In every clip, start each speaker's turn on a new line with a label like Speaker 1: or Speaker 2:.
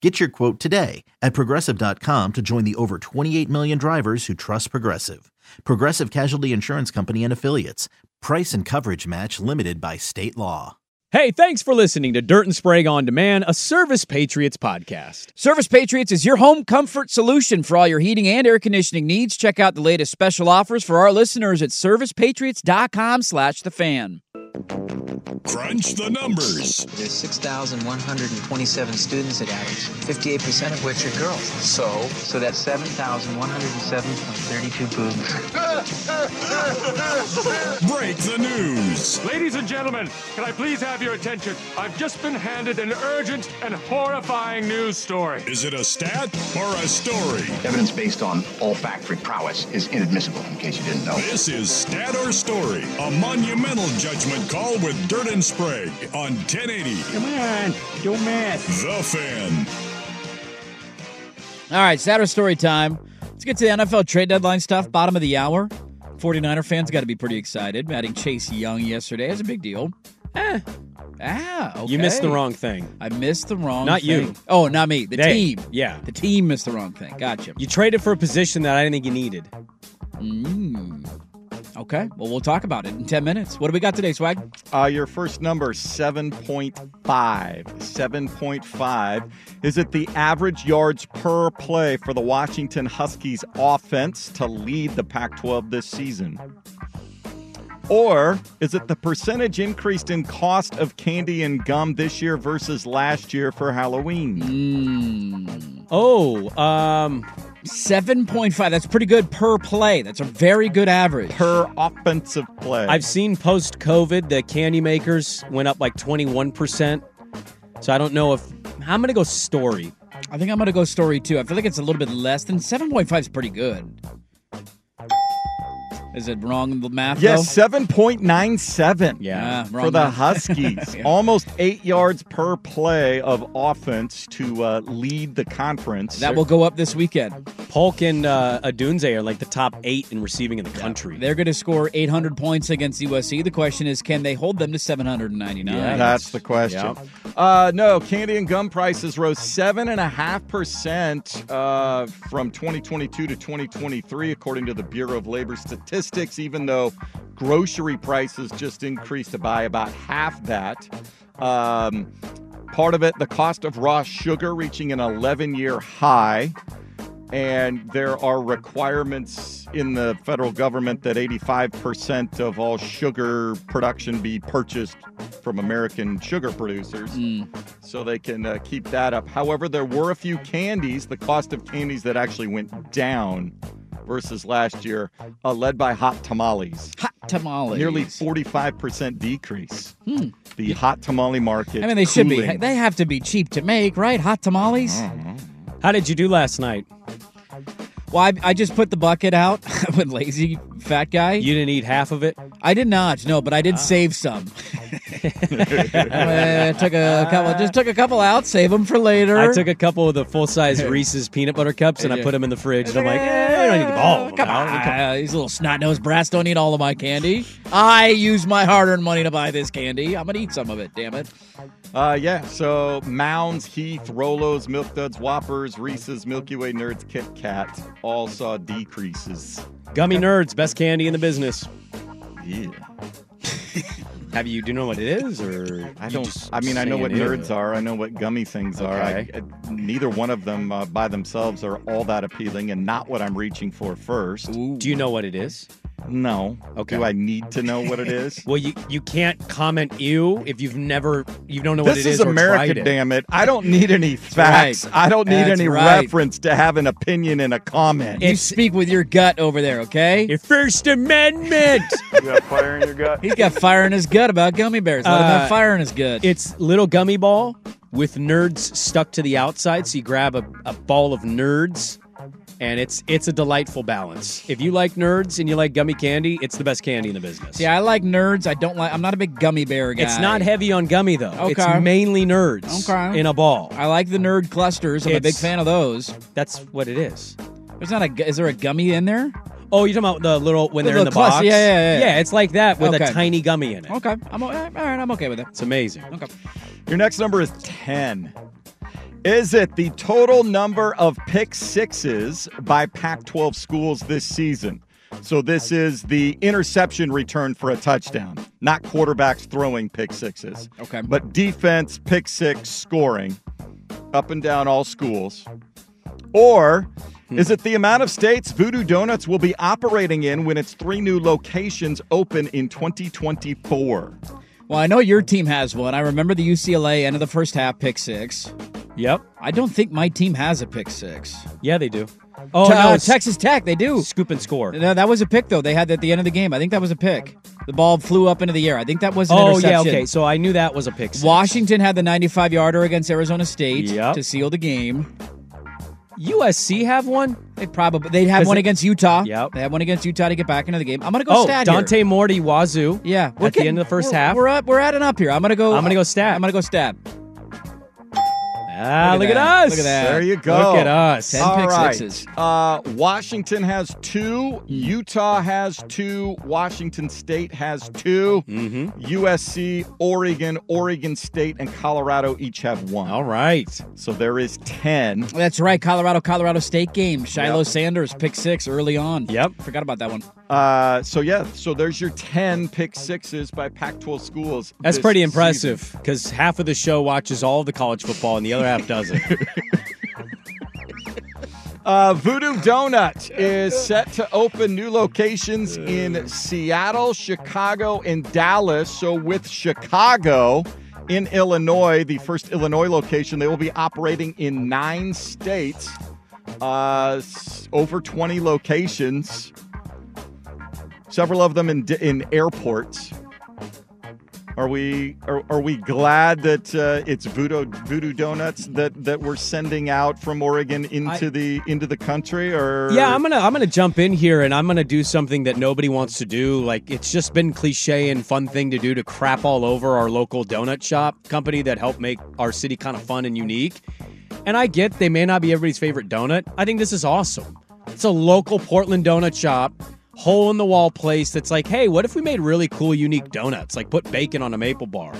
Speaker 1: Get your quote today at progressive.com to join the over 28 million drivers who trust Progressive. Progressive Casualty Insurance Company and Affiliates. Price and coverage match limited by state law.
Speaker 2: Hey, thanks for listening to Dirt and Sprague on Demand, a Service Patriots podcast.
Speaker 3: Service Patriots is your home comfort solution for all your heating and air conditioning needs. Check out the latest special offers for our listeners at servicepatriots.com slash the fan.
Speaker 4: Crunch the numbers.
Speaker 5: There's 6,127 students at Adams, 58% of which are girls. So? So that's 7,107.32 boobs.
Speaker 4: Break the news.
Speaker 6: Ladies and gentlemen, can I please have your attention? I've just been handed an urgent and horrifying news story.
Speaker 4: Is it a stat or a story?
Speaker 7: Evidence based on olfactory prowess is inadmissible, in case you didn't know.
Speaker 4: This is Stat or Story, a monumental judgment call with Dirt and Sprague on 1080
Speaker 8: Come on, do math.
Speaker 4: The Fan.
Speaker 3: All right, Saturday story time. Let's get to the NFL trade deadline stuff, bottom of the hour. 49er fans got to be pretty excited. Adding Chase Young yesterday is a big deal. Eh. Ah,
Speaker 2: You missed the
Speaker 3: okay.
Speaker 2: wrong thing.
Speaker 3: I missed the wrong
Speaker 2: Not you.
Speaker 3: thing. Oh, not me. The
Speaker 2: They.
Speaker 3: team.
Speaker 2: Yeah.
Speaker 3: The team missed the wrong thing. Gotcha.
Speaker 2: You traded for a position that I didn't think you needed.
Speaker 3: Mm. Okay. Well, we'll talk about it in 10 minutes. What do we got today, Swag?
Speaker 9: Uh, your first number, 7.5. 7.5 is it the average yards per play for the Washington Huskies offense to lead the Pac 12 this season? Or is it the percentage increased in cost of candy and gum this year versus last year for Halloween?
Speaker 3: Mm.
Speaker 2: Oh, um,
Speaker 3: 7.5. That's pretty good per play. That's a very good average.
Speaker 9: Per offensive play.
Speaker 2: I've seen post COVID the candy makers went up like 21%. So I don't know if I'm going to go story.
Speaker 3: I think I'm going to go story two. I feel like it's a little bit less than 7.5 is pretty good. Is it wrong in the math?
Speaker 9: yes, 7.97.
Speaker 3: Yeah. wrong
Speaker 9: for the
Speaker 3: math.
Speaker 9: Huskies. Almost eight yards per play of offense to uh, lead the conference.
Speaker 3: That will go up this weekend.
Speaker 2: Polk and uh, Adunze are like the top eight in receiving in the country.
Speaker 3: They're going to score 800 points against USC. The question is, can they hold them to 799?
Speaker 9: That's the question. Uh, no, candy and gum prices rose seven and a half percent uh, from 2022 to 2023, according to the Bureau of Labor Statistics. Even though grocery prices just increased by about half that. Um, part of it, the cost of raw sugar reaching an 11-year high. and there are requirements in the federal government that 85% of all sugar production be purchased from American sugar producers
Speaker 3: Hmm.
Speaker 9: so they can uh, keep that up. However, there were a few candies, the cost of candies that actually went down versus last year, uh, led by hot tamales.
Speaker 3: Hot tamales.
Speaker 9: Nearly 45% decrease. The hot tamale market.
Speaker 3: Hmm. I mean, they should be.
Speaker 9: cooling.
Speaker 3: They have to be cheap to make, right? Hot tamales.
Speaker 2: Uh-huh. How did you do last night?
Speaker 3: Well, I, I just put the bucket out. I went lazy, fat guy.
Speaker 2: You didn't eat half of it? Ah.
Speaker 3: I did not, no, but I did save some. Uh, took a couple, just took a couple out, save them for later.
Speaker 2: I took a couple of the full size Reese's peanut butter cups and I put them in the fridge. And I'm like, eh, I don't need all of them.
Speaker 3: Come
Speaker 2: now.
Speaker 3: on, uh, these little snot nosed brats don't eat all of my candy. I use my hard earned money to buy this candy. I'm gonna eat some of it. Damn it!
Speaker 9: Uh, yeah, so Mounds, Heath, Rolos, Milk Duds, Whoppers, Reese's, Milky Way, Nerds, Kit Kat all saw decreases.
Speaker 2: Gummy Nerds, best candy in the business.
Speaker 9: Yeah.
Speaker 2: Have you, do you know what it is? Or
Speaker 9: I
Speaker 2: you
Speaker 9: don't.
Speaker 2: just
Speaker 9: I mean, I know
Speaker 2: saying
Speaker 9: what
Speaker 2: it?
Speaker 9: nerds are. I know what gummy things are. I,
Speaker 2: Okay.
Speaker 9: I- neither one of them uh, by themselves are all that appealing, and not what I'm reaching for first.
Speaker 2: Do you know what it is?
Speaker 9: No.
Speaker 2: Okay.
Speaker 9: Do I need to know what it is?
Speaker 2: Well, you, you can't comment you if you've never, you don't know what
Speaker 9: this
Speaker 2: it is.
Speaker 9: is
Speaker 2: or tried
Speaker 9: America,
Speaker 2: it.
Speaker 9: damn it! I don't need any
Speaker 3: right.
Speaker 9: facts. I don't need
Speaker 3: That's
Speaker 9: any
Speaker 3: right.
Speaker 9: reference to have an opinion and a comment.
Speaker 3: you speak with your gut over there, okay?
Speaker 2: Your First Amendment.
Speaker 8: You got fire in your gut?
Speaker 3: He's got fire in his gut about gummy bears. Let him
Speaker 2: Uh,
Speaker 3: have fire in his gut.
Speaker 2: it's little gummy ball with nerds stuck to the outside. So you grab a, a ball of nerds, and it's it's a delightful balance. If you like nerds and you like gummy candy, it's the best candy in the business.
Speaker 3: yeah, I like nerds. I don't like. I'm not a big gummy bear guy.
Speaker 2: It's not heavy on gummy though.
Speaker 3: Okay.
Speaker 2: It's mainly nerds
Speaker 3: Okay.
Speaker 2: in a ball.
Speaker 3: I like the nerd clusters. I'm a big
Speaker 2: It's-
Speaker 3: fan of those.
Speaker 2: That's what it is.
Speaker 3: There's not a. gu- Is there a gummy in there?
Speaker 2: Oh, you're talking about the little when
Speaker 3: The
Speaker 2: they're in the
Speaker 3: little cluster.
Speaker 2: box?
Speaker 3: Yeah, yeah, yeah.
Speaker 2: Yeah, it's like that with
Speaker 3: Okay.
Speaker 2: a tiny gummy in it.
Speaker 3: Okay, I'm eh, all all right. I'm okay with it.
Speaker 2: It's amazing.
Speaker 3: Okay.
Speaker 9: Your next number is 10. Is it the total number of pick sixes by Pac 12 schools this season? So, this is the interception return for a touchdown, not quarterbacks throwing pick sixes.
Speaker 3: Okay.
Speaker 9: But defense, pick six, scoring up and down all schools. Or
Speaker 2: Hmm.
Speaker 9: is it the amount of states Voodoo Donuts will be operating in when its three new locations open in 2024?
Speaker 3: Well, I know your team has one. I remember the UCLA end of the first half pick six.
Speaker 2: Yep.
Speaker 3: I don't think my team has a pick six.
Speaker 2: Yeah, they do. Oh
Speaker 3: Te-
Speaker 2: no,
Speaker 3: uh,
Speaker 2: it's
Speaker 3: Texas Tech, they do.
Speaker 2: scoop and score.
Speaker 3: No, that was a pick though. They had at the end of the game. I think that was a pick. The ball flew up into the air. I think that was an
Speaker 2: Oh
Speaker 3: interception.
Speaker 2: yeah, okay. So I knew that was a pick. six.
Speaker 3: Washington had the 95 yarder against Arizona State
Speaker 2: Yep.
Speaker 3: to seal the game.
Speaker 2: USC have one?
Speaker 3: They probably they'd have
Speaker 2: 'Cause
Speaker 3: one
Speaker 2: it-
Speaker 3: against Utah.
Speaker 2: Yep.
Speaker 3: They had one against Utah to get back into the game. I'm gonna go
Speaker 2: Oh,
Speaker 3: stat here.
Speaker 2: Dante Morty Wazoo.
Speaker 3: Yeah,
Speaker 2: at the end of the 1st
Speaker 3: we're-
Speaker 2: half.
Speaker 3: We're up. We're adding up here. I'm gonna go.
Speaker 2: I'm gonna go stat.
Speaker 3: I'm gonna go stat.
Speaker 2: ah,
Speaker 3: look at
Speaker 2: look, at,
Speaker 3: that.
Speaker 2: us.
Speaker 3: Look at that.
Speaker 9: There you go.
Speaker 2: Look at us.
Speaker 3: Ten
Speaker 9: All
Speaker 3: pick
Speaker 9: right.
Speaker 3: sixes.
Speaker 9: Uh, Washington has two. Utah has two. Washington State has 2
Speaker 2: Mm-hmm.
Speaker 9: USC, Oregon, Oregon State, and Colorado each have one.
Speaker 2: All right.
Speaker 9: So there is 10.
Speaker 3: That's right. Colorado, Colorado State game. Shiloh Sanders pick six early on.
Speaker 2: Yep.
Speaker 3: Forgot about that one.
Speaker 9: Uh, so, yeah, so there's your 10 pick sixes by Pac 12 schools.
Speaker 2: That's
Speaker 9: this
Speaker 2: pretty
Speaker 9: season.
Speaker 2: impressive because half of the show watches all of the college football and the other half doesn't.
Speaker 9: Uh, Voodoo Donut is set to open new locations in Seattle, Chicago, and Dallas. So, with Chicago in Illinois, the first Illinois location, they will be operating in nine states, uh, s- over 20 locations, several of them in, di- in airports. Are we are, are we glad that uh, it's Voodoo Voodoo Donuts that that we're sending out from Oregon into
Speaker 2: I-
Speaker 9: the into the country? Or
Speaker 2: yeah, I'm gonna I'm gonna jump in here and I'm gonna do something that nobody wants to do. Like it's just been cliche and fun thing to do to crap all over our local donut shop company that helped make our city kind of fun and unique. And I get they may not be everybody's favorite donut. I think this is awesome. It's a local Portland donut shop, hole in the wall place that's like, hey, what if we made really cool, unique donuts? Like put bacon on a maple bar.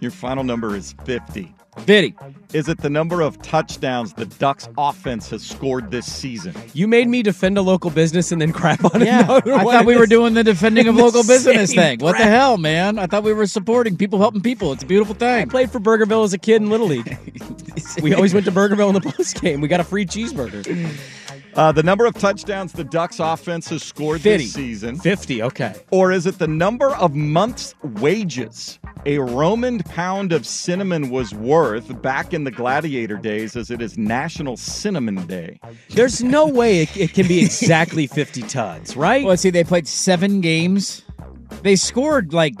Speaker 9: Your final number is 50.
Speaker 3: Biddy.
Speaker 9: Is it the number of touchdowns the Ducks offense has scored this season?
Speaker 2: You made me defend a local business and then crap on
Speaker 3: Yeah,
Speaker 2: another
Speaker 3: I
Speaker 2: one.
Speaker 3: thought we were doing the defending of local
Speaker 2: the
Speaker 3: business
Speaker 2: same
Speaker 3: thing. What the
Speaker 2: breath.
Speaker 3: hell, man? I thought we were supporting people, helping people. It's a beautiful
Speaker 2: I
Speaker 3: thing.
Speaker 2: played for Burgerville as a kid in Little League. We always went to Burgerville in the postgame. We got a free cheeseburger.
Speaker 9: Uh, the number of touchdowns the Ducks offense has scored
Speaker 2: 50.
Speaker 9: this season?
Speaker 2: 50, okay.
Speaker 9: Or is it the number of months' wages a Roman pound of cinnamon was worth back in the gladiator days as it is National Cinnamon Day?
Speaker 2: There's no way it, it can be exactly 50 tons, right?
Speaker 3: Well, let's see, they played seven games. They scored like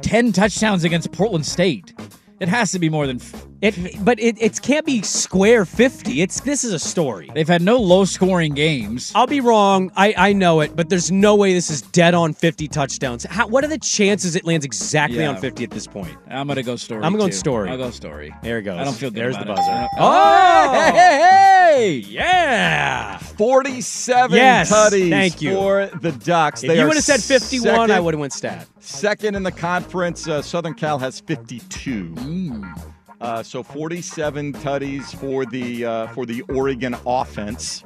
Speaker 3: ten touchdowns against Portland State. It has to be more than. F-
Speaker 2: It, but it, it can't be square 50. It's This is a story.
Speaker 3: They've had no low-scoring games.
Speaker 2: I'll be wrong. I, I know it, but there's no way this is dead on 50 touchdowns. How, what are the chances it lands exactly
Speaker 3: Yeah.
Speaker 2: on 50 at this point?
Speaker 3: I'm gonna go story.
Speaker 2: I'm going
Speaker 3: too.
Speaker 2: story.
Speaker 3: I'll go story.
Speaker 2: There it goes.
Speaker 3: I don't feel good.
Speaker 2: There's
Speaker 3: about
Speaker 2: the
Speaker 3: it.
Speaker 2: buzzer.
Speaker 3: I don't- Hey,
Speaker 2: Oh!
Speaker 3: hey, hey!
Speaker 2: Yeah.
Speaker 9: 47
Speaker 2: Yes.
Speaker 9: tutties
Speaker 2: Thank you.
Speaker 9: for the Ducks.
Speaker 2: If
Speaker 9: They
Speaker 2: you
Speaker 9: are
Speaker 2: would have said 51, I
Speaker 9: second-
Speaker 2: would have went stat.
Speaker 9: Second in the conference, uh, Southern Cal has 52.
Speaker 2: Mm.
Speaker 9: Uh, so 47 tutties for the uh, for the Oregon offense.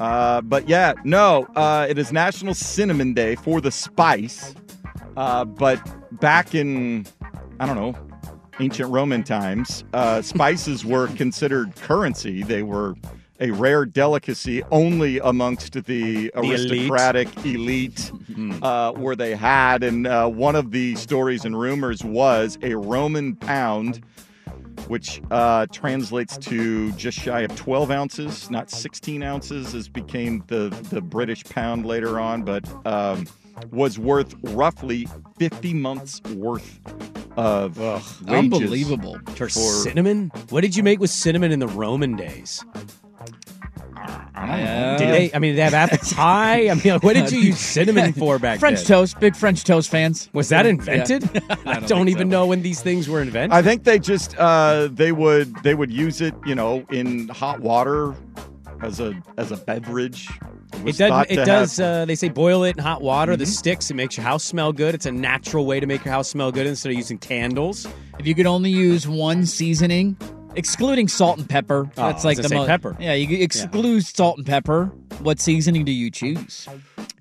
Speaker 9: Uh, but yeah, no, uh, it is National Cinnamon Day for the spice. Uh, but back in I don't know ancient Roman times, uh, spices were considered currency. They were a rare delicacy only amongst the aristocratic elite, uh, where they had. And uh, one of the stories and rumors was a Roman pound, which uh, translates to just shy of 12 ounces, not 16 ounces, as became the, the British pound later on, but um, was worth roughly 50 months worth of wages.
Speaker 3: Unbelievable.
Speaker 2: For cinnamon? What did you make with cinnamon in the Roman days?
Speaker 3: Uh,
Speaker 2: Did they? I mean, did they have apple pie. I mean, like, what did you use cinnamon for back
Speaker 3: French
Speaker 2: then?
Speaker 3: toast. Big French toast fans.
Speaker 2: Was that
Speaker 3: Yeah.
Speaker 2: invented? I don't,
Speaker 3: think
Speaker 2: even
Speaker 3: so.
Speaker 2: know when these things were invented.
Speaker 9: I think they just uh, they would they would use it, you know, in hot water as a as a beverage.
Speaker 2: it
Speaker 9: was
Speaker 2: does.
Speaker 9: thought to
Speaker 2: It
Speaker 9: have-
Speaker 2: does. Uh, they say boil it in hot water. The sticks. It makes your house smell good. It's a natural way to make your house smell good instead of using candles.
Speaker 3: If you could only use one seasoning, excluding salt and pepper,
Speaker 2: Oh,
Speaker 3: that's
Speaker 2: I was
Speaker 3: like
Speaker 2: gonna
Speaker 3: the
Speaker 2: say
Speaker 3: most
Speaker 2: pepper.
Speaker 3: Yeah, you could exclude salt and pepper. What seasoning do you choose?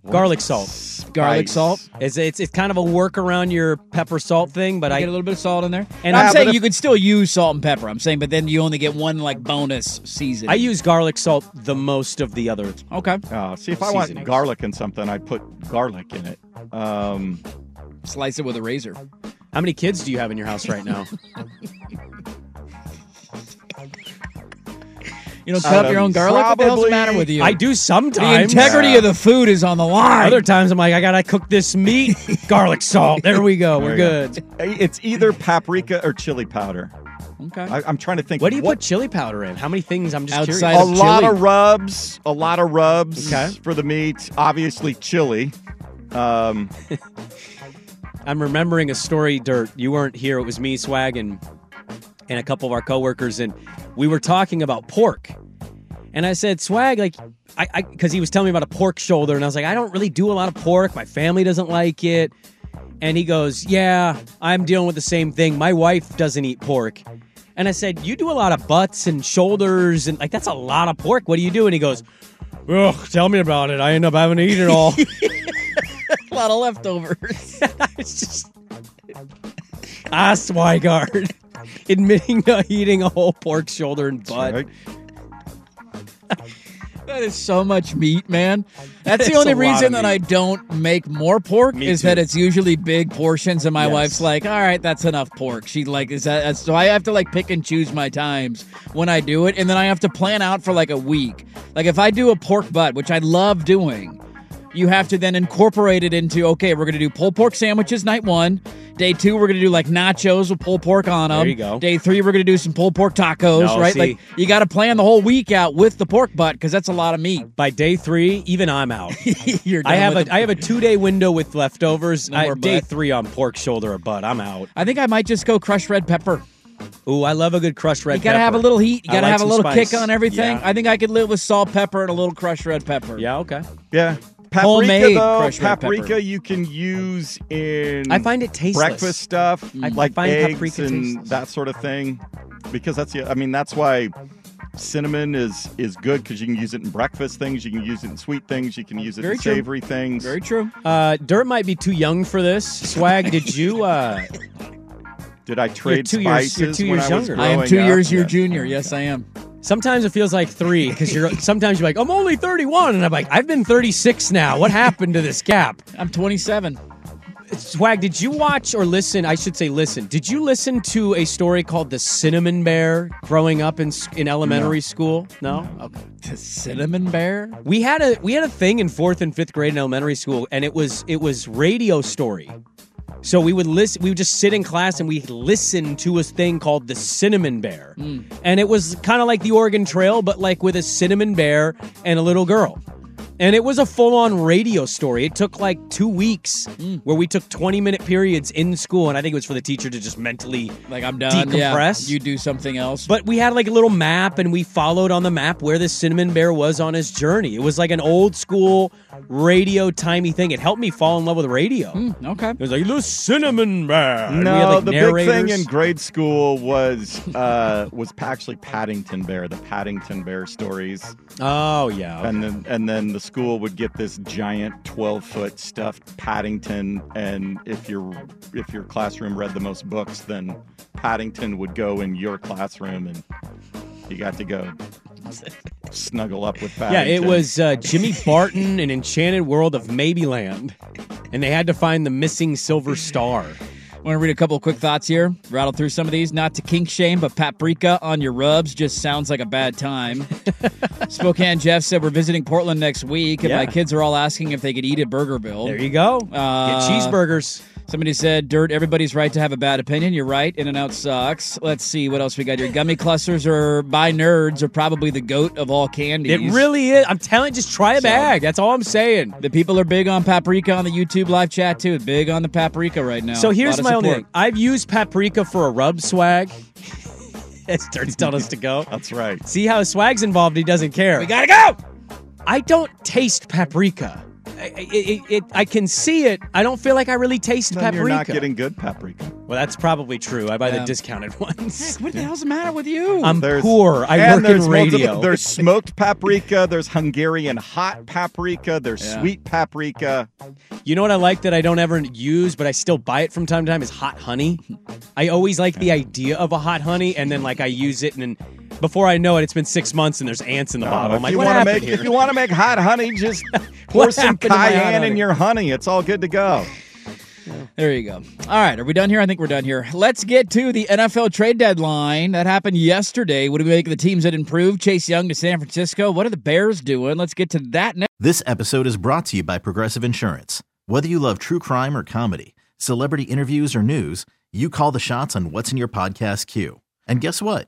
Speaker 2: Garlic salt.
Speaker 3: Garlic
Speaker 9: Spice.
Speaker 3: salt.
Speaker 2: It's, it's it's kind of a work around your pepper salt thing, but
Speaker 3: I
Speaker 2: I
Speaker 3: get a little bit of salt in there.
Speaker 2: And
Speaker 3: And
Speaker 2: I-
Speaker 3: I'm
Speaker 2: but
Speaker 3: saying
Speaker 2: if-
Speaker 3: you could still use salt and pepper. I'm saying, but then you only get one like bonus season.
Speaker 2: I use garlic salt the most of the other.
Speaker 3: okay
Speaker 9: Uh, see, if I want
Speaker 2: Seasonings.
Speaker 9: garlic in something, I put garlic in it. Um,
Speaker 3: slice it with a razor.
Speaker 2: How many kids do you have in your house right now?
Speaker 3: You don't cut up your own garlic? What the hell's the matter with you?
Speaker 2: I do
Speaker 3: The
Speaker 2: sometimes.
Speaker 3: integrity of the food is on the line.
Speaker 2: Other times I'm like, I gotta cook this meat, garlic salt. There we go. We're
Speaker 9: There
Speaker 2: good.
Speaker 9: It's either paprika or chili powder.
Speaker 3: Okay.
Speaker 9: I, I'm trying to think.
Speaker 2: What do you
Speaker 9: what
Speaker 2: put chili powder in? How many things? I'm just
Speaker 3: Outside
Speaker 9: a
Speaker 2: curious.
Speaker 3: of
Speaker 9: lot
Speaker 3: chili.
Speaker 9: of rubs, a lot of rubs
Speaker 2: Okay.
Speaker 9: for the meat. Obviously, chili. Um,
Speaker 2: I'm remembering a story, Dirt. You weren't here. It was me, Swag, and, and a couple of our coworkers, and we were talking about pork. And I said, Swag, like, I, because he was telling me about a pork shoulder, and I was like, I don't really do a lot of pork. My family doesn't like it. And he goes, Yeah, I'm dealing with the same thing. My wife doesn't eat pork. And I said, You do a lot of butts and shoulders, and like, that's a lot of pork. What do you do? And he goes, Ugh, tell me about it. I end up having to eat it all.
Speaker 3: a lot of leftovers.
Speaker 2: it's just ah Swigard admitting to eating a whole pork shoulder and butt.
Speaker 9: right?
Speaker 3: That is so much meat, man. That's the
Speaker 2: It's
Speaker 3: only
Speaker 2: a lot of
Speaker 3: reason that
Speaker 2: meat.
Speaker 3: I don't make more pork
Speaker 2: Me
Speaker 3: is
Speaker 2: too.
Speaker 3: that it's usually big portions, and my
Speaker 2: Yes.
Speaker 3: wife's like, "All right, that's enough pork." She like is that that's- so I have to like pick and choose my times when I do it, and then I have to plan out for like a week. Like if I do a pork butt, which I love doing. You have to then incorporate it into okay, we're gonna do pulled pork sandwiches night one. Day two, we're gonna do like nachos with pulled pork on them.
Speaker 2: There you go.
Speaker 3: Day three, we're gonna do some pulled pork tacos,
Speaker 2: No,
Speaker 3: right?
Speaker 2: see.
Speaker 3: Like you got to plan the whole week out with the pork butt because that's a lot of meat.
Speaker 2: By day three, even I'm out.
Speaker 3: You're
Speaker 2: I
Speaker 3: done
Speaker 2: have
Speaker 3: with
Speaker 2: a I have a two day window with leftovers.
Speaker 3: No
Speaker 2: I-
Speaker 3: more
Speaker 2: day
Speaker 3: butt.
Speaker 2: three on pork shoulder or butt. I'm out.
Speaker 3: I think I might just go crush red pepper.
Speaker 2: Ooh, I love a good crushed red.
Speaker 3: you gotta have a
Speaker 2: pepper.
Speaker 3: little heat. You
Speaker 2: I
Speaker 3: gotta
Speaker 2: like
Speaker 3: have a
Speaker 2: some
Speaker 3: little
Speaker 2: spice.
Speaker 3: kick on everything.
Speaker 2: Yeah.
Speaker 3: I think I could live with salt, pepper, and a little crushed red pepper.
Speaker 2: yeah, okay.
Speaker 9: Yeah. Paprika,
Speaker 3: Homemade
Speaker 9: though,
Speaker 3: crushed red pepper.
Speaker 9: paprika you can use in
Speaker 2: I
Speaker 3: Mm.
Speaker 2: find it tasteless.
Speaker 9: breakfast stuff,
Speaker 2: I
Speaker 9: like
Speaker 2: find
Speaker 9: eggs
Speaker 2: paprika
Speaker 9: and
Speaker 2: tasteless.
Speaker 9: that sort of thing, because that's the. I mean, that's why cinnamon is is good because you can use it in breakfast things, you can use it in sweet things, you can use it
Speaker 3: Very
Speaker 9: in
Speaker 3: true.
Speaker 9: savory things.
Speaker 3: Very true.
Speaker 2: Uh, Dirt might be too young for this. Swag, did you? Uh,
Speaker 9: Did I trade
Speaker 2: two years-
Speaker 9: spices
Speaker 2: you're two
Speaker 9: when
Speaker 2: years
Speaker 9: I was
Speaker 2: younger.
Speaker 3: I am
Speaker 9: growing
Speaker 3: two
Speaker 9: up?
Speaker 3: years your
Speaker 9: Yeah.
Speaker 3: junior. Yes, I am.
Speaker 2: sometimes it feels like three because you're. Sometimes you're like, I'm only 31, and I'm like, I've been 36 now. What happened to this gap?
Speaker 3: I'm 27.
Speaker 2: Swag, did you watch or listen? I should say listen. Did you listen to a story called the Cinnamon Bear growing up in s- in elementary school? No. Okay.
Speaker 3: The cinnamon bear.
Speaker 2: We had a we had a thing in 4th and 5th grade in elementary school and it was it was radio story. So we would listen we would just sit in class and we listened to a thing called the Cinnamon Bear.
Speaker 3: Hmm.
Speaker 2: And it was kind of like the Oregon Trail but like with a cinnamon bear and a little girl. And it was a full on radio story. It took like two weeks
Speaker 3: Hmm.
Speaker 2: where we took 20 minute periods in school. And I think it was for the teacher to just mentally.
Speaker 3: Like I'm done.
Speaker 2: Decompress.
Speaker 3: Yeah, you do something else.
Speaker 2: But we had like a little map and we followed on the map where the cinnamon bear was on his journey. It was like an old school radio timey thing. It helped me fall in love with radio.
Speaker 3: okay.
Speaker 2: It was like the cinnamon bear. And we
Speaker 9: Hmm. No,
Speaker 2: had, like,
Speaker 9: the big thing
Speaker 2: narrators.
Speaker 9: in grade school was uh, was actually Paddington Bear, the Paddington Bear stories.
Speaker 2: Oh yeah.
Speaker 9: And then and then the school would get this giant 12 foot stuffed Paddington and if your if your classroom read the most books then Paddington would go in your classroom and you got to go snuggle up with
Speaker 2: Yeah,
Speaker 9: Paddington.
Speaker 2: it was uh, Jimmy Barton, an enchanted world of Maybeland. And they had to find the missing silver star.
Speaker 3: Want to read a couple of quick thoughts here? Rattle through some of these. Not to kink shame, but paprika on your rubs just sounds like a bad time. Spokane Jeff said, We're visiting Portland next week, and my
Speaker 2: Yeah.
Speaker 3: kids are all asking if they could eat at Burgerville.
Speaker 2: There you go.
Speaker 3: Uh,
Speaker 2: Get cheeseburgers.
Speaker 3: Somebody said, Dirt, everybody's right to have a bad opinion. You're right. In and Out sucks. Let's see what else we got here. Gummy clusters are by nerds are probably the goat of all candies.
Speaker 2: It really is. I'm telling you, just try a bag. That's all I'm saying.
Speaker 3: The people are big on paprika on the YouTube live chat, too. Big on the paprika right now.
Speaker 2: So here's
Speaker 3: Lot of
Speaker 2: my only
Speaker 3: support.
Speaker 2: thing. I've used paprika for a rub swag. As Dirt's telling us to go.
Speaker 9: That's right.
Speaker 2: See how swag's involved. He doesn't care.
Speaker 3: We gotta go!
Speaker 2: I don't taste paprika. I, I- it, it, I can see it. I don't feel like I really taste
Speaker 9: Then
Speaker 2: paprika.
Speaker 9: you're not getting good paprika.
Speaker 2: well, that's probably true. I buy
Speaker 3: Yeah.
Speaker 2: the discounted ones.
Speaker 3: What the hell's the matter with you?
Speaker 2: I'm
Speaker 9: There's-
Speaker 2: poor. I
Speaker 9: and
Speaker 2: work
Speaker 9: there's
Speaker 2: in
Speaker 9: multiple-
Speaker 2: radio.
Speaker 9: there's smoked paprika. There's Hungarian hot paprika. There's
Speaker 3: Yeah.
Speaker 9: sweet paprika.
Speaker 2: you know what I like that I don't ever use, but I still buy it from time to time is hot honey. I always like the idea of a hot honey, and then like I use it, and then before I know it, it's been six months and there's ants in the bottom. I'm
Speaker 9: Oh, if
Speaker 2: like,
Speaker 9: you
Speaker 2: what
Speaker 9: wanna
Speaker 2: happened
Speaker 9: make
Speaker 2: here?
Speaker 9: if you want to make hot honey, just pour
Speaker 2: What
Speaker 9: some
Speaker 2: happened to my hot
Speaker 9: cayenne in
Speaker 2: honey?
Speaker 9: your honey. It's all good to go.
Speaker 3: There you go. All right, are we done here? I think we're done here. Let's get to the NFL trade deadline that happened yesterday. What do we make of the teams that improved? Chase Young to San Francisco. What are the Bears doing? Let's get to that next.
Speaker 1: This episode is brought to you by Progressive Insurance. Whether you love true crime or comedy, celebrity interviews or news, you call the shots on what's in your podcast queue. And guess what?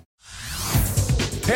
Speaker 10: Hey